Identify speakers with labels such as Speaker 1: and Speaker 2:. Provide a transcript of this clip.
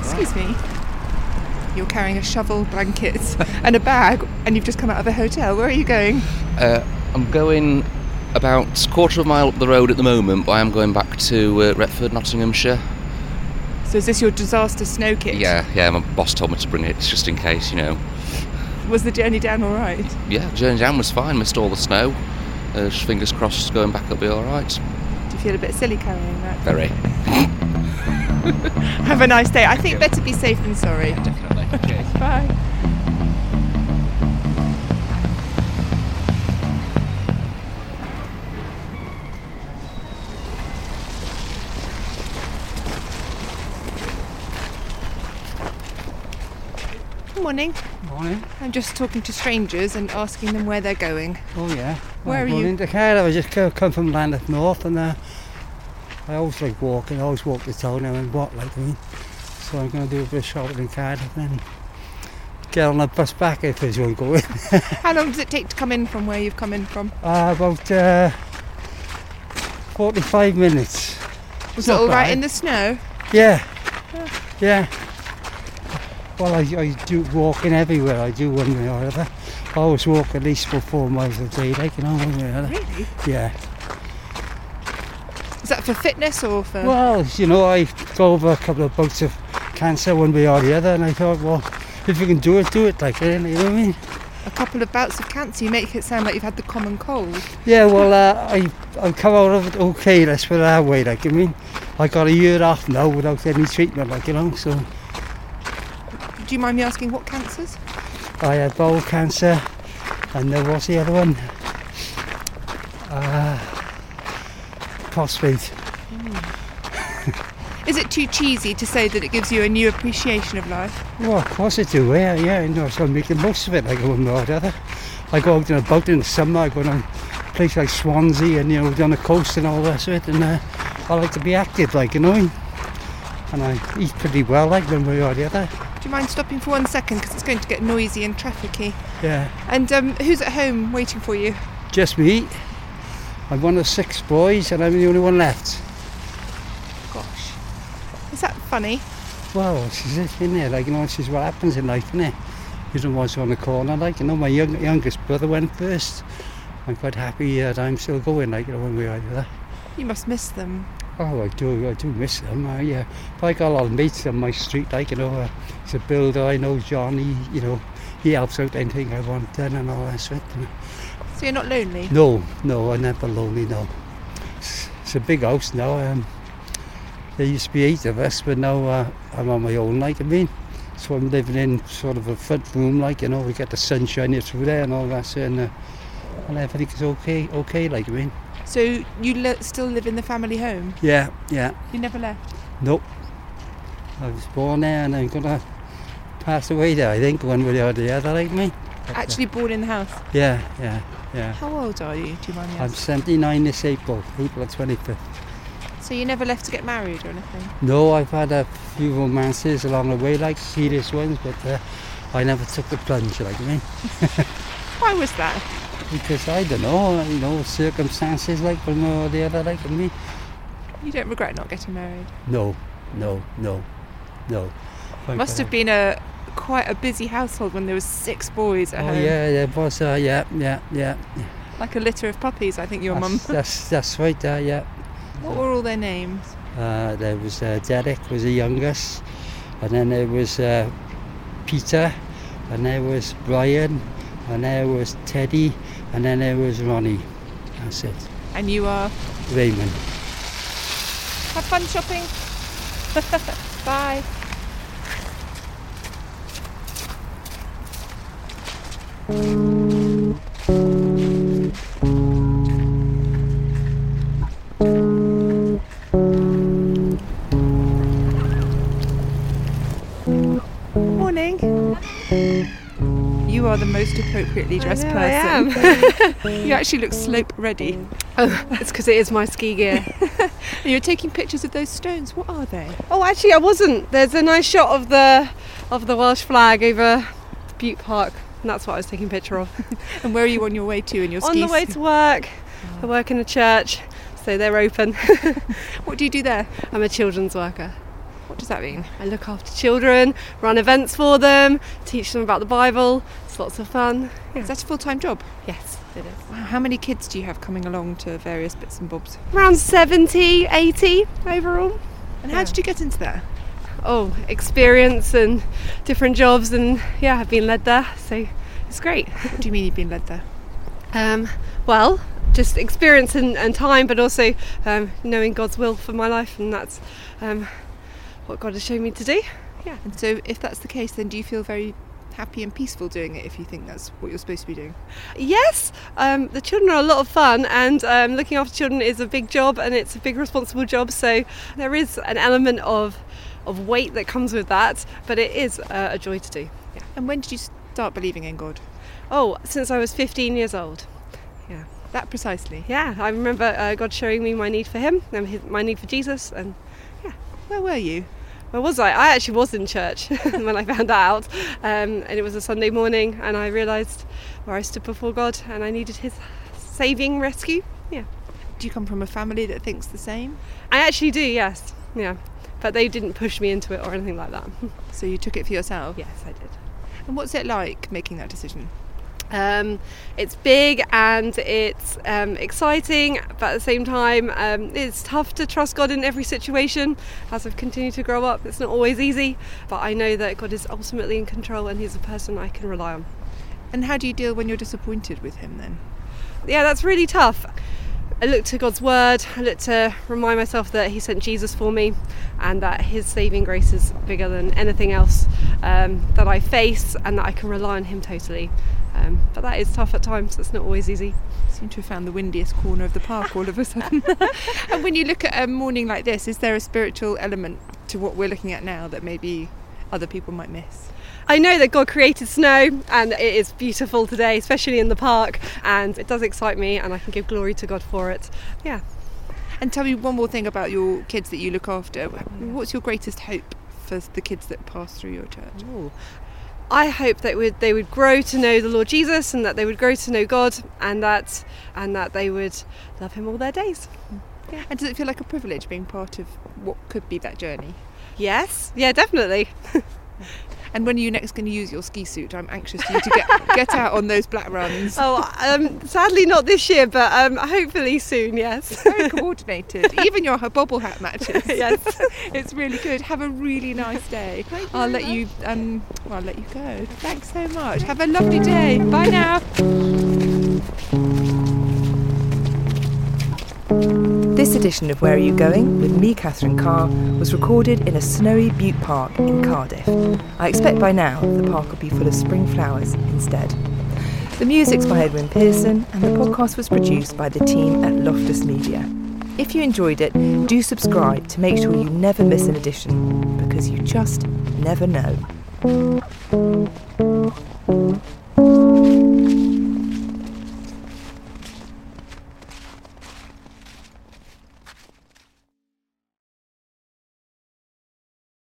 Speaker 1: Excuse me. You're carrying a shovel, blankets, and a bag, and you've just come out of a hotel. Where are you going?
Speaker 2: Uh, I'm going about a quarter of a mile up the road at the moment, but I am going back to uh, Retford, Nottinghamshire.
Speaker 1: So is this your disaster snow kit?
Speaker 2: Yeah, yeah, my boss told me to bring it just in case, you know.
Speaker 1: Was the journey down all right?
Speaker 2: Yeah, journey down was fine, missed all the snow. Uh, just fingers crossed going back will be all right.
Speaker 1: Do you feel a bit silly carrying that?
Speaker 2: Very.
Speaker 1: Have a nice day. I think better be safe than sorry.
Speaker 2: Definitely. Cheers.
Speaker 1: Bye. Good Morning.
Speaker 3: Morning.
Speaker 1: I'm just talking to strangers and asking them where they're going.
Speaker 3: Oh yeah.
Speaker 1: Where are
Speaker 3: I'm
Speaker 1: you?
Speaker 3: In Dakar. I was just co- come from Lambeth North, and uh, I always like walking. I always walk the town now and walk like me. So I'm going to do a bit of shopping in Cardiff and then get on the bus back if there's one going.
Speaker 1: How long does it take to come in from where you've come in from?
Speaker 3: Uh, about uh, 45 minutes.
Speaker 1: Was
Speaker 3: Not
Speaker 1: it all right
Speaker 3: bad.
Speaker 1: in the snow?
Speaker 3: Yeah. Yeah. Well, I, I do walking everywhere. I do one way or other. I always walk at least for four miles a day, like you know, one way or other.
Speaker 1: Really?
Speaker 3: Yeah.
Speaker 1: Is that for fitness or for?
Speaker 3: Well, you know, I go over a couple of bouts of cancer one way or the other, and I thought, well, if you can do it, do it. Like, eh, you know what I mean?
Speaker 1: a couple of bouts of cancer, you make it sound like you've had the common cold.
Speaker 3: Yeah, well, uh, I I come out of it okay. Let's put it that way. Like, I mean, I got a year off now without any treatment. Like, you know, so
Speaker 1: Do you mind me asking what cancers?
Speaker 3: I had bowel cancer, and there was the other one, uh, prostate.
Speaker 1: Is it too cheesy to say that it gives you a new appreciation of life?
Speaker 3: Well, of course I do, yeah, yeah, you know, so I'm making the most of it like one way or the other. I go out and about in the summer, I go to places like Swansea and, you know, down the coast and all the rest of it, and uh, I like to be active, like, you know, and I eat pretty well, like, one way or the other,
Speaker 1: Do you mind stopping for one second because it's going to get noisy and trafficky?
Speaker 3: yeah.
Speaker 1: And um, who's at home waiting for you?
Speaker 3: Just me, I'm one of six boys and I'm the only one left.
Speaker 1: Gosh, is that funny?
Speaker 3: Well, she's it, isn't it? Like, you know, this is what happens in life, isn't it? You don't want to on the corner, like, you know, my young, youngest brother went first. I'm quite happy that I'm still going, like, you know, one way or the other.
Speaker 1: You must miss them.
Speaker 3: Oh, I do, I do miss them. Uh, yeah, but I got a lot of mates on my street. Like you know, uh, he's a builder. I know John. He, you know, he helps out anything I want done and all that sort. And,
Speaker 1: So you're not lonely.
Speaker 3: no, no, I never lonely. No, it's, it's a big house now. Um, there used to be eight of us, but now uh, I'm on my own. Like I mean, so I'm living in sort of a front room. Like you know, we get the sunshine through there and all that. sort, And uh, and everything is okay, okay. Like I mean,
Speaker 1: So you li- still live in the family home.
Speaker 3: yeah, yeah.
Speaker 1: You never left.
Speaker 3: Nope. I was born there and I'm gonna pass away there, I think, one way or the other, like me.
Speaker 1: Actually born in the house.
Speaker 3: Yeah, yeah, yeah.
Speaker 1: How old are you? Do you mind me
Speaker 3: I'm
Speaker 1: asking?
Speaker 3: 79 this April, April 25th.
Speaker 1: So you never left to get married or anything.
Speaker 3: No, I've had a few romances along the way, like serious ones, but uh, I never took the plunge, like me.
Speaker 1: Why was that?
Speaker 3: Because I don't know, you know, circumstances like one way or the other, like me.
Speaker 1: You don't regret not getting married.
Speaker 3: No, no, no, no. Like,
Speaker 1: Must
Speaker 3: uh,
Speaker 1: have been a quite a busy household when there was six boys at
Speaker 3: Oh,
Speaker 1: home.
Speaker 3: yeah, yeah, boss, uh, yeah, yeah, yeah.
Speaker 1: Like a litter of puppies, I think your mum.
Speaker 3: That's, that's, that's right, uh, yeah.
Speaker 1: What were all their names?
Speaker 3: Uh, there was uh, Derek was the youngest, and then there was uh, Peter, and there was Brian, and there was Teddy, and then there was Ronnie. That's it.
Speaker 1: And you are.
Speaker 3: Raymond.
Speaker 1: Have fun shopping. Bye. Morning. You are the most appropriately dressed
Speaker 4: know, I am.
Speaker 1: person. you actually look slope ready.
Speaker 4: Oh, it's because it is my ski gear.
Speaker 1: And You're taking pictures of those stones. What are they?
Speaker 4: oh, actually, I wasn't. There's a nice shot of the of the Welsh flag over Butte Park, and that's what I was taking a picture of.
Speaker 1: And where are you on your way to in your
Speaker 4: On
Speaker 1: skis?
Speaker 4: the Oh. way to work, I work in a church, so they're open.
Speaker 1: What do you do there?
Speaker 4: I'm a children's worker.
Speaker 1: What does that mean?
Speaker 4: I look after children, run events for them, teach them about the Bible. It's lots of fun.
Speaker 1: Is that a full time job?
Speaker 4: Yes, it is.
Speaker 1: Wow, how many kids do you have coming along to various bits and bobs?
Speaker 4: Around 70, 80 overall.
Speaker 1: And how
Speaker 4: Yeah.
Speaker 1: did you get into that?
Speaker 4: Oh, experience and different jobs, and yeah, I've been led there, so it's great.
Speaker 1: What do you mean you've been led there?
Speaker 4: Um, well, just experience and, and time, but also um, knowing God's will for my life, and that's um, what God has shown me to do.
Speaker 1: And so, if that's the case, then do you feel very happy and peaceful doing it if you think that's what you're supposed to be doing?
Speaker 4: Yes, um, the children are a lot of fun, and um, looking after children is a big job and it's a big responsible job. So there is an element of of weight that comes with that, but it is uh, a joy to do. Yeah.
Speaker 1: And when did you start believing in God?
Speaker 4: Oh, since I was 15 years old.
Speaker 1: That precisely.
Speaker 4: Yeah, I remember uh, God showing me my need for Him and his, my need for Jesus. And
Speaker 1: Where were you?
Speaker 4: where was I? I actually was in church when I found out, um, and it was a Sunday morning, and I realised where I stood before God, and I needed His saving rescue.
Speaker 1: Do you come from a family that thinks the same?
Speaker 4: I actually do, yes. Yeah. But they didn't push me into it or anything like that.
Speaker 1: So you took it for yourself?
Speaker 4: yes, I did.
Speaker 1: And what's it like making that decision?
Speaker 4: Um, it's big and it's um, exciting, but at the same time, um, it's tough to trust God in every situation. As I've continued to grow up, it's not always easy, but I know that God is ultimately in control and He's a person I can rely on.
Speaker 1: And how do you deal when you're disappointed with Him then?
Speaker 4: yeah, that's really tough. I look to God's word, I look to remind myself that He sent Jesus for me and that His saving grace is bigger than anything else um, that I face and that I can rely on Him totally. Um, but that is tough at times, it's not always easy.
Speaker 1: Seem to have found the windiest corner of the park all of a sudden. and when you look at a morning like this, is there a spiritual element to what we're looking at now that maybe other people might miss?
Speaker 4: I know that God created snow and it is beautiful today, especially in the park, and it does excite me and I can give glory to God for it. Yeah.
Speaker 1: And tell me one more thing about your kids that you look after. What's your greatest hope for the kids that pass through your church?
Speaker 4: I hope that would they would grow to know the Lord Jesus and that they would grow to know God and that and that they would love him all their days.
Speaker 1: And does it feel like a privilege being part of what could be that journey?
Speaker 4: Yes, yeah, definitely.
Speaker 1: And when are you next going to use your ski suit? I'm anxious for you to get, get out on those black runs.
Speaker 4: Oh, um, sadly not this year, but um, hopefully soon. Yes.
Speaker 1: Very coordinated. Even your bobble hat matches.
Speaker 4: yes.
Speaker 1: It's really good. Have a really nice day. I'll let you. Um, well, I'll let you go. Thanks so much. Have a lovely day. Bye now.
Speaker 5: This edition of Where Are You Going with me, Catherine Carr, was recorded in a snowy Butte Park in Cardiff. I expect by now the park will be full of spring flowers instead. The music's by Edwin Pearson, and the podcast was produced by the team at Loftus Media. If you enjoyed it, do subscribe to make sure you never miss an edition, because you just never know.